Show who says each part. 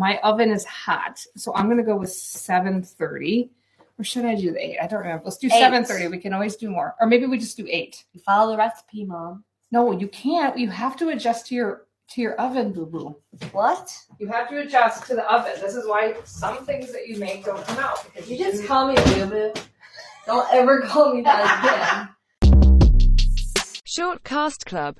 Speaker 1: My oven is hot, so I'm gonna go with 7:30. Or should I do the eight? I don't remember. Let's do
Speaker 2: Eight.
Speaker 1: 7:30. We can always do more, or maybe we just do eight.
Speaker 2: You follow the recipe, mom.
Speaker 1: No, you can't. You have to adjust to your to your oven, boo boo.
Speaker 2: What?
Speaker 1: You have to adjust to the oven. This is why some things that you make don't come out because
Speaker 2: You just call me Boo Boo. Don't ever call me that again.
Speaker 3: Shortcast Club.